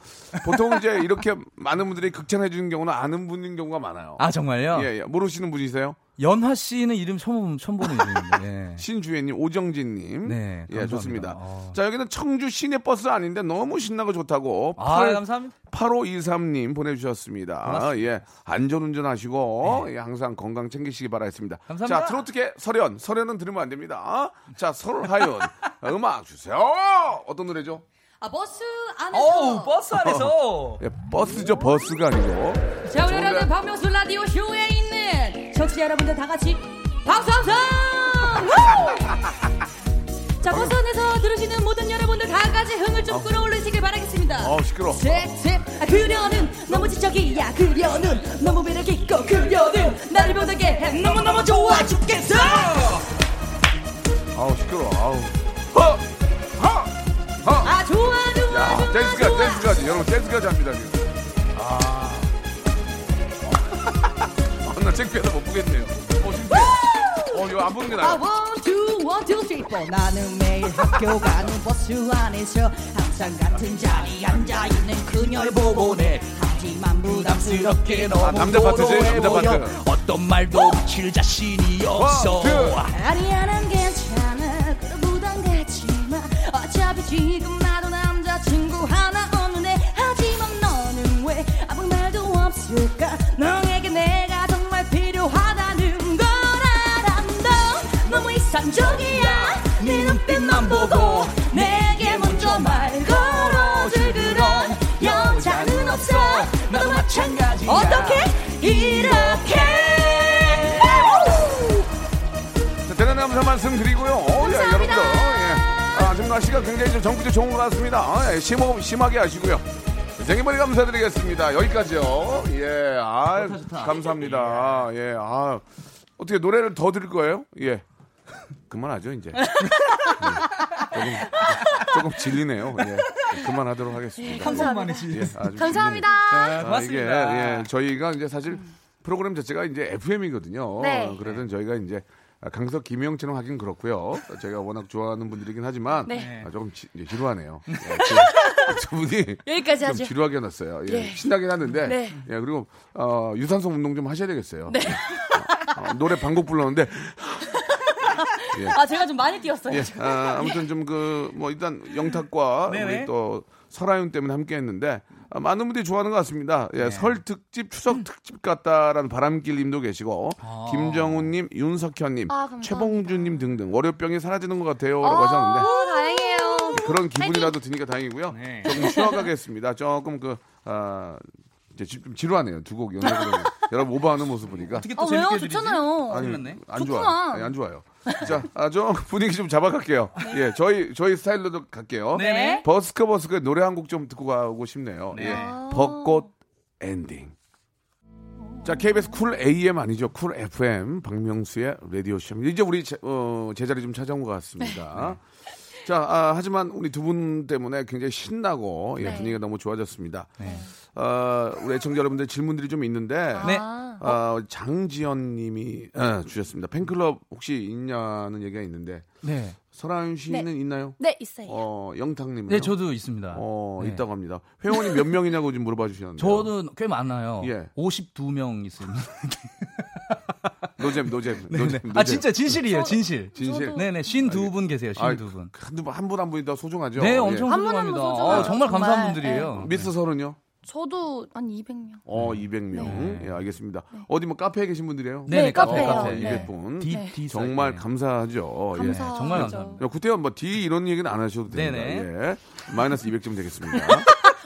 보통 이제 이렇게 많은 분들이 극찬해 주는 경우는 아는 분인 경우가 많아요. 아 정말요? 예, 예. 모르시는 분이세요? 연하 씨는 이름 처음 처음 보는 이름인데. 예. 신주혜님, 오정진님. 네, 예, 감사합니다. 좋습니다. 어. 자, 여기는 청주 시내 버스 아닌데 너무 신나고 좋다고. 아 팔- 감사합니다. 8523님 보내주셨습니다. 예, 안전운전 하시고, 예, 항상 건강 챙기시기 바라겠습니다. 네. 감사합니다. 자, 트로트계 설현. 설현은 들으면 안 됩니다. *laughs* 자, 설하윤. 음악 주세요. 어떤 노래죠? 아 버스 안에서 어우 아, 버스 안에서 예, 버스죠, 버스가 아니고. 자 우리 여러분 박명수 라디오 쇼에 있는 청취자 여러분들 다 같이 박수 함성 *laughs* 우! 자 버스 안에서 들으시는 모든 여러분들 다 같이 흥을 좀 끌어올리시길 바라겠습니다 어, 시끄러. 워 잽잽 아, 그려는 너무 지적이야 그려는 너무 매력 있고 그려는 나를 변하게 해 너무 너무 좋아 죽겠어 아우, 시끄러. 워 아우. 허! 허! 허! 아 좋아 좋아 야, 좋아 댄스까지, 좋아 댄스까지. 여러분, 댄스까지 합니다, 지금. 아. 아, 나 창피해서 못 보겠네요. 어, 창피해. 어, 이거 안 보는 게 I 나아요. want to, one, two, three, four. 나는 매일 학교 가는 버스 안에서 항상 같은 자리 앉아 있는 그녀를 보고네. 하지만 부담스럽. 부담스럽게 너무 남자 파트지? 도도해 남자 보여. 파트. 어떤 말도 붙일 자신이 없어 그- 아니야 난 괜찮아. 그래 부담 갖지 마. 어차피 지금 나도 남자친구 하나 없는데 하지만 너는 왜 아무 말도 없을까? 너에게 내가 정말 필요하다는 걸 알았다. 너무 이상적이야. 네 눈빛만 보고 내게 먼저 말 걸어줄 그런 여자는 없어. 나도 마찬가지야. 어떻게 이렇게? 자, 대단한 감사 말씀 드리고요. 어, 예, 여러분들. 예. 아, 지금 날씨가 굉장히 좀 전국적으로 좋은 것 같습니다. 아, 예, 심호, 심하게 하시고요. 생일머리 감사드리겠습니다. 여기까지요. 예, 아, 감사합니다. 예, 아, 어떻게 노래를 더 들을 거예요? 예. 그만하죠, 이제. *laughs* 예. 조금, 조금 질리네요. 예. 그만하도록 하겠습니다. 감사합니다. 예, 아, 좀 네, 감사합니다 아, 고맙습니다. 이게, 예, 저희가 이제 사실 프로그램 자체가 이제 FM이거든요. 네. 그래서 저희가 이제 강석 김영채는 하긴 그렇고요. 제가 워낙 좋아하는 분들이긴 하지만 네. 아, 조금 지, 예, 지루하네요. 예, 그- 저분이 여기까지 좀 하죠 지루하게 해놨어요. 예, 네. 신나긴 하는데 네. 예, 그리고 어, 유산소 운동 좀 하셔야 되겠어요. 어, 노래 반곡 불렀는데 아 제가 좀 많이 뛰었어요 예, 아, 아무튼 좀 그 뭐 일단 영탁과 네네. 우리 또 설아윤 때문에 함께했는데 아, 많은 분들이 좋아하는 것 같습니다. 네. 예, 설 특집, 추석 특집 같다라는 바람길님도 계시고 아. 김정훈님, 윤석현님, 아, 감사합니다. 최봉준님 등등 월요병이 사라지는 것 같아요라고 아, 하셨는데 다행이에요 그런 기분이라도 드니까 다행이고요. *laughs* 네. 조금 쉬어가겠습니다. 조금 그 아, 이제 지- 좀 지루하네요 두 곡 연속으로 여러분 오버하는 모습 보니까 어떻게 아, 또 왜요? 재밌게 해드리지? 좋잖아요. 아니, 끝났네. 안 좋아요. 좋구만. 아니, 안 좋아요. 자, 아, 좀 *laughs* 분위기 좀 잡아갈게요. 예, 저희 저희 스타일로도 갈게요. 네. 네네. 버스커 버스커 노래 한 곡 좀 듣고 가고 싶네요. 네. 예, 벚꽃 엔딩. 자, KBS 쿨 AM 아니죠? 쿨 FM 박명수의 라디오 쇼. 이제 우리 제, 어, 제자리 좀 찾아온 것 같습니다. 네. 자, 아, 하지만 우리 두 분 때문에 굉장히 신나고 예, 네. 분위기가 너무 좋아졌습니다. 아, 우리 애청자 여러분들 질문들이 좀 있는데 네. 아, 아, 장지연 님이 아, 주셨습니다. 팬클럽 혹시 있냐는 얘기가 있는데 네. 설아윤 씨는 네. 있나요? 네, 있어요. 어, 영탁 님은 네, 저도 있습니다. 어, 네. 있다고 합니다. 회원이 몇 명이냐고 지금 물어봐 주시는데. 저는 꽤 많아요. 예. 52명 있습니다. 노잼 노잼 노잼. *laughs* 네네. 노잼. 아 진짜 진실이에요, 진실. 진실. 저도- 네네, 쉰 두 분 계세요, 아이, 쉰 두 분. 한두 분, 한분 한 분이 다 소중하죠. 네, 예. 엄청 한분한분 소중합니다. 소중해요, 아, 정말 감사한 정말. 분들이에요. 미스 서른요? 저도 한 200명. 어, 200명. 예, 알겠습니다. 어디 뭐 카페에 계신 분들이에요? 네. 네네, 네, 카페, 카페요. 어, 카페. 네. 200분. D, D 사이트. 정말 네. 감사하죠. 예. 감사. 정말 감사합니다. 야, 구태현 뭐 D 이런 얘기는 안 하셔도 됩니다. 네네. 예. 마이너스 200점 *laughs* 되겠습니다.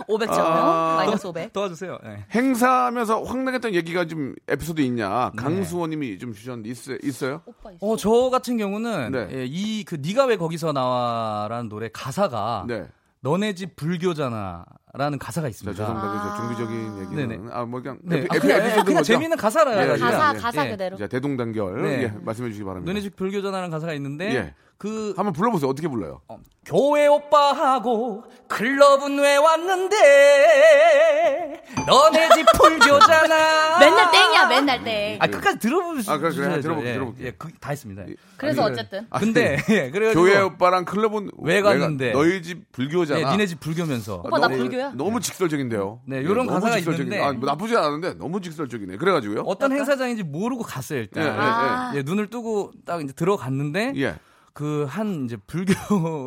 500점. 아. 마이너스 500. 도와주세요. 예. 네. 행사하면서 황당했던 얘기가 좀 에피소드 네. 있냐? 강수원님이 좀 주셨는데 있, 어요 오빠 있어. 어, 저 같은 경우는 네. 예, 이그 네가 왜 거기서 나와라는 노래 가사가 네. 너네 집 불교잖아라는 가사가 자, 있습니다. 죄송합니다. 그 종교적인 얘기는 아. 네네. 아, 뭐 그냥 네. 에피, 아, 에피, 그냥, 에피소드 그냥 거죠? 재미있는 가사라 예, 예. 가사, 예. 가사 예. 그대로. 자, 대동단결. 네. 예, 말씀해 주시기 바랍니다. 너네 집 불교전하는 가사가 있는데 예. 그 한번 불러 보세요. 어떻게 불러요? 교회 오빠하고 클럽은 왜 왔는데 너네 집 *laughs* 불교잖아 맨날 땡이야, 맨날 땡. 아 끝까지 들어보시죠 아, 그래, 그래. 들어볼게요, 예, 들어볼게요. 예, 그, 다 했습니다 예. 그래서 아니, 어쨌든. 아니, 근데 *laughs* 예, 그래가지고 교회 오빠랑 클럽은 왜 가- 갔는데? 너희 집 불교잖아. 어, 예, 니네 집 불교면서 오빠, 나 너무- 불교야? 너무 직설적인데요. 네, 예, 요런 너무 가사가 직설적인- 있는데. 아, 뭐 나쁘지 않은데 너무 직설적이네. 그래가지고요. 어떤 행사장인지 모르고 갔어요 예, 예, 예. 일단 아. 예, 눈을 뜨고 딱 이제 들어갔는데 예. 그 한 이제 불교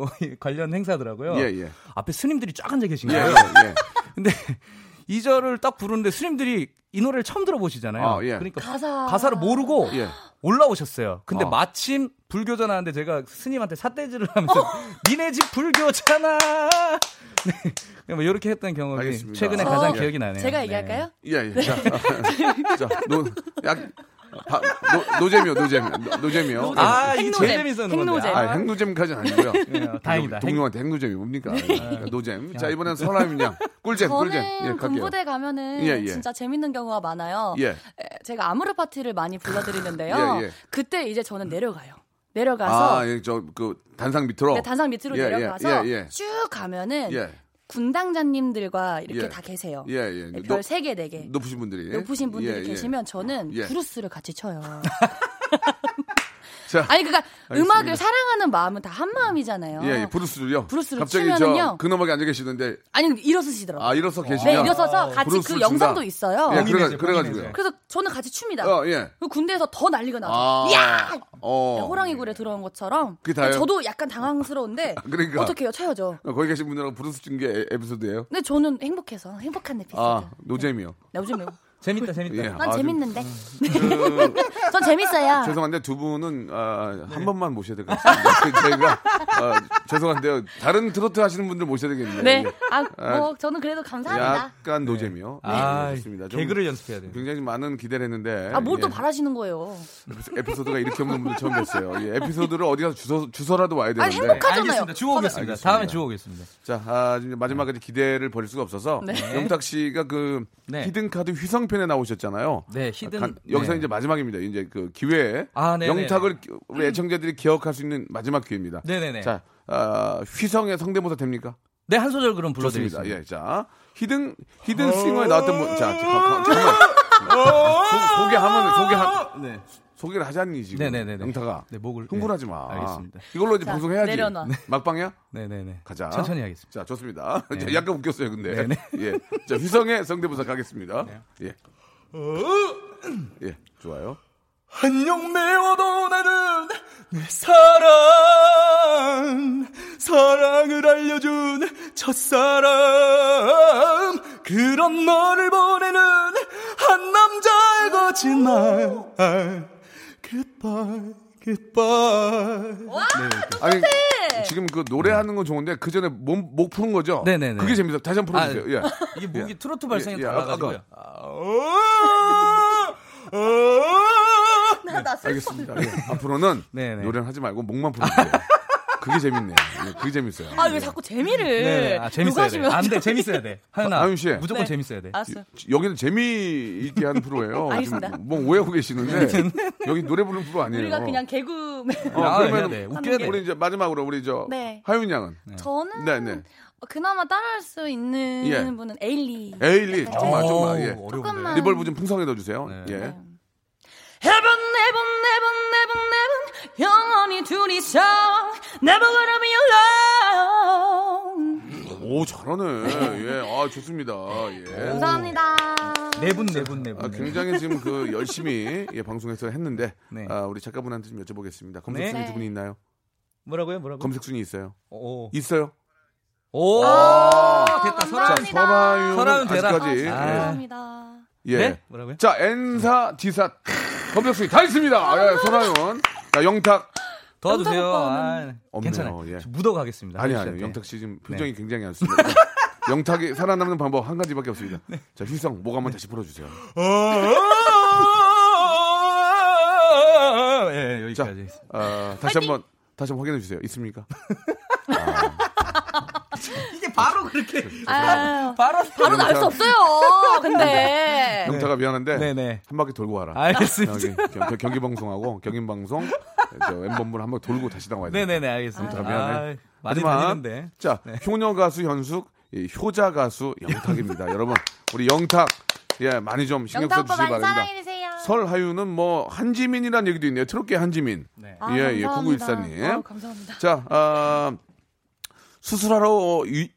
*laughs* 관련 행사더라고요 예, 예. 앞에 스님들이 쫙 앉아 계신 예, 거예요 예, 예. 근데 *laughs* 이 절을 딱 부르는데 스님들이 이 노래를 처음 들어보시잖아요. 아, 예. 그러니까 가사. 를 모르고 예. 올라오셨어요. 근데 어. 마침 불교전 하는데 제가 스님한테 삿대질을 하면서 어. *laughs* 니네 집 불교잖아. *laughs* 네. 뭐 이렇게 했던 경험이 알겠습니다. 최근에 어, 가장 예. 기억이 나네요. 제가 네. 얘기할까요? 예, 예. 자, 자, 노, 약, 바, 노, 노잼이요, 노잼. 노- 노잼이요. 아, 이게 핵노잼, 제일 재밌었는 건데. 핵노잼. 아, 핵노잼까지는 아니고요. 예, 다행이다. 동료한테 핵노잼이 뭡니까? 예, 노잼. 자, 이번엔 설아임 양. 꿀잼, 꿀잼. 예, 저는 갈게요. 군부대 가면은 예, 예. 진짜 재밌는 경우가 많아요. 예. 에, 제가 아무르 파티를 많이 불러드리는데요. 예, 예. 그때 이제 저는 내려가요. 내려가서 아, 예, 저, 그, 단상 밑으로. 네, 단상 밑으로 예, 예, 내려가서 예, 예. 쭉 가면은 예, 군당자님들과 이렇게 예. 다 계세요. 예, 예. 네, 높- 별 3개, 4개. 높으신 분들이. 높으신 분들이 예, 예. 계시면 저는 예. 브루스를 *laughs* 같이 쳐요. 자, 아니 그러니까 알겠습니다. 음악을 사랑하는 마음은 다 한 마음이잖아요. 예, 예, 브루스를요. 어. 브루스를 갑자기 치면은요. 저 근엄하게 앉아 계시는데, 아니 일어서시더라고요. 아, 일어서 계시냐? 네, 일어서서 같이 그 브루스를 영상도 준다. 있어요. 예, 봉인해서, 그래가, 그래가지고요. 봉인해서. 그래서 저는 같이 춥니다. 어, 예. 그 군대에서 더 난리가 나죠. 아, 야! 어. 호랑이 굴에 들어온 것처럼. 그러니까 그게 다예요? 저도 *laughs* 약간 당황스러운데 그러니까. 어떻게 해요? 쳐야죠. 거기 계신 분들하고 브루스 준게 에피소드예요 근데 저는 행복해서 행복한 에피소드. 아, 노잼이요. 나 요즘에 재밌다, 재밌다. 예. 난 아, 좀- 재밌는데. *laughs* 전 *laughs* 재밌어요. 죄송한데 두 분은 아, 한 번만 모셔야 될 것 같습니다. *laughs* 저희가 아, 죄송한데요. 다른 트로트 하시는 분들 모셔야 되겠네요. 네. 예. 아, 뭐 저는 그래도 감사합니다. 약간 노잼이요. 아, 네, 좋습니다. 좀 개그를 연습해야 돼요. 굉장히 많은 기대를 했는데 아, 뭘 또 예. 바라시는 거예요? 에피소드가 이렇게 없는 분들 처음 뵀어요. 예, 에피소드를 어디 가서 주소, 주소라도 와야 되는데 아니, 행복한- 하잖아요. 알겠습니다. 주워 오겠습니다. 알겠습니다. 다음에 주워 오겠습니다. 자 아, 지금 마지막까지 기대를 버릴 수가 없어서 네. 영탁 씨가 그 네. 히든카드 휘성편에 나오셨잖아요. 네, 히든- 간- 여기서 네. 이제 마지막입니다. 이제 그 기회에 아, 네네. 영탁을 기- 우리 애청자들이 기억할 수 있는 마지막 기회입니다. 네네네. 자 아, 휘성의 성대모사 됩니까? 네, 한 소절 그럼 좋습니다. 불러드리겠습니다. 예, 자 히든 히든 싱어에 나왔던 분, 자 자, 가- 가- 잠깐만 소- 소개 하면 소개 하 네. 소개를 하잖니 지금 네네네네. 영탁아 네, 목을- 흥분하지 마. 알겠습니다. 이걸로 이제 자, 방송해야지. 내려놔. 막방이야? 네네네. 가자. 천천히 하겠습니다. 자, 좋습니다. 네. 자, 약간 웃겼어요, 근데. 네네. 네. 예. 자, 휘성의 성대모사 가겠습니다. 예. 예, 좋아요. 안녕 매워도 나는 내 사랑 사랑을 알려준 첫사랑 그런 너를 보내는 아, 한 남자의 거짓말 그빨간 goodbye. 아니 지금 그 노래하는 건 좋은데 그 전에 몸, 목 푸는 거죠? 네네네. 아, 그게 재밌어. 다시 한번 풀어주세요. 예. 이게 예. 목이 트로트 발성이 예, 예, 달라가지고요. 아까- 아, 아. 알겠습니다. *laughs* 예. 앞으로는 네네. 노래는 하지 말고 목만 푸는 거예요. 그게 재밌네요. 예, 그게 재밌어요. 아, 왜 자꾸 재미를. 네, 아, 재밌어야 돼. 욕하시면 안 돼, 재밌어야 돼. 하연아, 하윤 씨. 무조건 네. 재밌어야 돼. 알았어요. 여기는 재미있게 하는 프로예요. 알겠습니다. 지금 뭐 오해하고 *laughs* 계시는데 여기 노래 부르는 프로 아니에요. 뭐. 우리가 그냥 개그맨. 어, 네. 아, 그러면 해야 돼. 웃겨야 돼. 우리 이제 마지막으로 우리 저 네. 하윤 양은 저는 네, 네. 어, 그나마 따라할 수 있는 예. 분은 에일리. 에일리 정말 어우, 정말 예. 어려운데. 조금만. 리벌브 좀 풍성해 넣어주세요. 네. 예. Heaven, heaven, heaven, heaven, heaven. 영원히 둘이서. Never gonna be alone. 오 잘하네. 예. 아 좋습니다. 예. 감사합니다. 네분, 네분, 네분. 아, 굉장히 지금 그 열심히 예, 방송에서 했는데 네. 아, 우리 작가분한테 좀 여쭤보겠습니다. 검색 순위 네. 두 분이 있나요? 뭐라고요, 뭐라고요? 검색 순위 있어요? 오. 있어요? 오. 아, 됐다, 자, 감사합니다. 설아윤은 설아윤 대라. 아직까지 아. 감사합니다. 예. 네? 뭐라고요? 자, N사, D사 검색 순위 다 있습니다. 예, 설아윤. 자, 영탁. 도와주세요. 영탁 아, 없네요, 괜찮아요. 예. 저 묻어가겠습니다. 아니 하윤 아니 씨한테. 영탁 씨 지금 표정이 굉장히 안 *laughs* 좋습니다. 영탁이 살아남는 방법 한 가지밖에 없습니다. 네. 자, 휘성 목 한번 다시 풀어주세요. 아, 예, 자, 여기까지. 아, 다시 한번 다시 한번 확인해 주세요. 있습니까? 이게 바로 그렇게. 아유, 바로. 바로 나올 수 없어요. 근데. 영탁아 미안한데 네. 네네. 한 바퀴 돌고 와라. 알겠습니다. 여기 아, 예. 경- 경기 방송하고 경인 방송 저 엠범분 한 바퀴 돌고 다시 나와야 돼. *laughs* 네네네, 알겠습니다. 영탁아 미안해. 아, 많이 하지만, 다니는데. 네. 자, 효녀 가수 현숙, 이 효자 가수 영탁입니다. 여러분, 우리 영탁 예 많이 좀 신경 영탁 써 오빠 주시기 많이 바랍니다. 사랑해주세요. 설하유는 뭐 한지민이라는 얘기도 있네요. 트롯계 한지민. 네. 아, 예, 예, 감사합니다. 9914님. 아유, 감사합니다. 자, 아, 수술하러 유-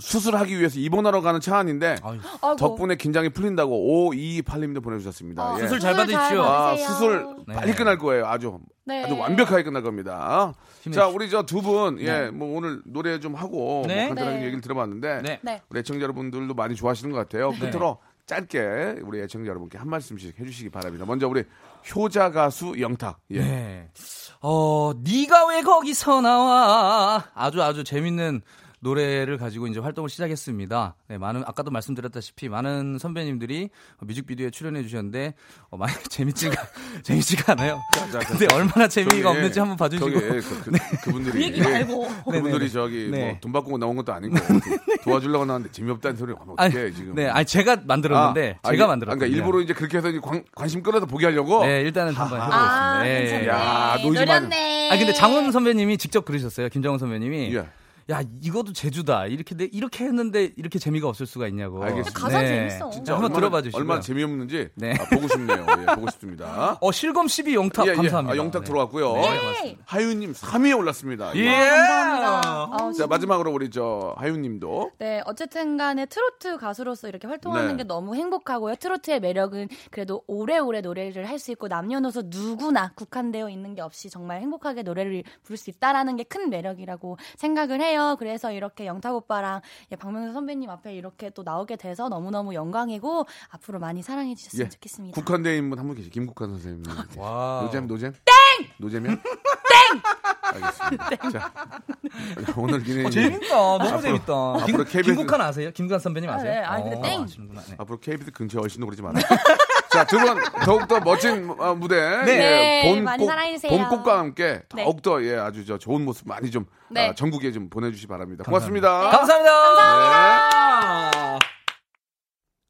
수술하기 위해서 입원하러 가는 차 안인데 아이고. 덕분에 긴장이 풀린다고 5228님도 보내주셨습니다. 아, 예. 수술 잘 받으십시오. 아, 받으세요. 수술 네. 빨리 끝날 거예요. 아주 네. 아주 완벽하게 끝날 겁니다. 힘내십시오. 자, 우리 저 두 분 예, 뭐 오늘 노래 좀 하고 네. 뭐 간단하게 네. 얘기를 들어봤는데 네. 네. 우리 애청자 여러분들도 많이 좋아하시는 것 같아요. 끝으로 짧게 우리 애청자 여러분께 한 말씀씩 해주시기 바랍니다. 먼저 우리 효자 가수 영탁. 예. 네. 어, 네가 왜 거기서 나와? 아주 아주 재밌는 노래를 가지고 이제 활동을 시작했습니다. 네, 많은 아까도 말씀드렸다시피 많은 선배님들이 뮤직비디오에 출연해 주셨는데 어, 많이 *laughs* 재밌지가 재밌지가 않아요. 자, 자, 근데 얼마나 재미가 저기, 없는지 한번 봐주시고. 네. 저기, 예, 그, 분들이 얘기 말고. 그분들이 네네네. 저기 네. 뭐 돈 받고 나온 것도 아니고 도와주려고 나왔는데 재미없다는 소리 하면 *laughs* 아니, 어떡해 예, 지금 네, 아니 제가 만들었는데 아, 제가 아, 만들었어요. 그러니까 일부러 이제 그렇게 해서 이제 관, 관심 끌어서 보게 하려고 네, 일단은 한번 해보겠습니다. 아, 예, 괜찮네. 예. 야, 노이즈 노렸네. 아 근데 장원 선배님이 직접 그러셨어요. 김장원 선배님이. 예. 야, 이것도 제주다. 이렇게 내- 이렇게 했는데 이렇게 재미가 없을 수가 있냐고. 알겠습니다. 가사 재밌어. 진짜 진짜 한번 얼마나- 들어봐 주시고요. 얼마나 재미없는지 네. 아, 보고 싶네요. 예, 보고 싶습니다. *laughs* 어, 실검 12 영탁 예, 예. 감사합니다. 아, 영탁 네. 들어왔고요. 네, 고맙습니다. 하윤님 3위에 네. 올랐습니다. 예. 감사합니다. 아우, 자 마지막으로 우리 저 하윤님도 어, 네, 어쨌든 간에 트로트 가수로서 이렇게 활동하는 네. 게 너무 행복하고요. 트로트의 매력은 그래도 오래오래 노래를 할 수 있고 남녀노소 누구나 국한되어 있는 게 없이 정말 행복하게 노래를 부를 수 있다라는 게 큰 매력이라고 생각을 해요. 그래서 이렇게 영탁 오빠랑 예, 박명수 선배님 앞에 이렇게 또 나오게 돼서 너무너무 영광이고 앞으로 많이 사랑해 주셨으면 예. 좋겠습니다. 국한대인 분 한 분 계시 김국한 선생님. 와우. 노잼 노잼. 땡. 노잼이야? 땡. 알겠습니다. *laughs* 자, 오늘 기내 어, 재밌다. 너무 재밌다. 앞으로 KBS 김국한 아세요? 김국한 선배님 아세요? 네, 아, 근데 어, 땡. 아시는구나. 네. 앞으로 KBS 근처 얼씬도 그러지 마라. *laughs* 자, 두 분 더욱더 멋진 어, 무대, 네, 예, 많이 사랑해주세요. 봄꽃과 함께 네. 더욱더 예 아주 저 좋은 모습 많이 좀 네. 아, 전국에 좀 보내주시 기 바랍니다. 고맙습니다. 감사합니다. 네.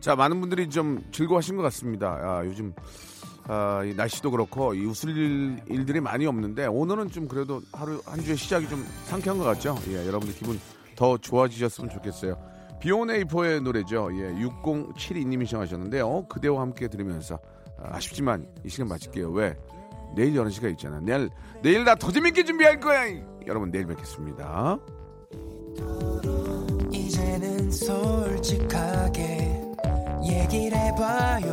자, 많은 분들이 좀 즐거워하신 것 같습니다. 아, 요즘 아, 이 날씨도 그렇고 이 웃을 일, 일들이 많이 없는데 오늘은 좀 그래도 하루 한 주의 시작이 좀 상쾌한 것 같죠? 예, 여러분들 기분 더 좋아지셨으면 좋겠어요. 비오네이퍼의 노래죠. 예, 6072님이 신청하셨는데요. 어, 그대와 함께 들으면서 아, 아쉽지만 이 시간 마칠게요. 왜? 내일 여는 시간 있잖아. 내일 내일 나 더 재밌게 준비할 거야. 여러분 내일 뵙겠습니다. 이제는 솔직하게 얘기를 해봐요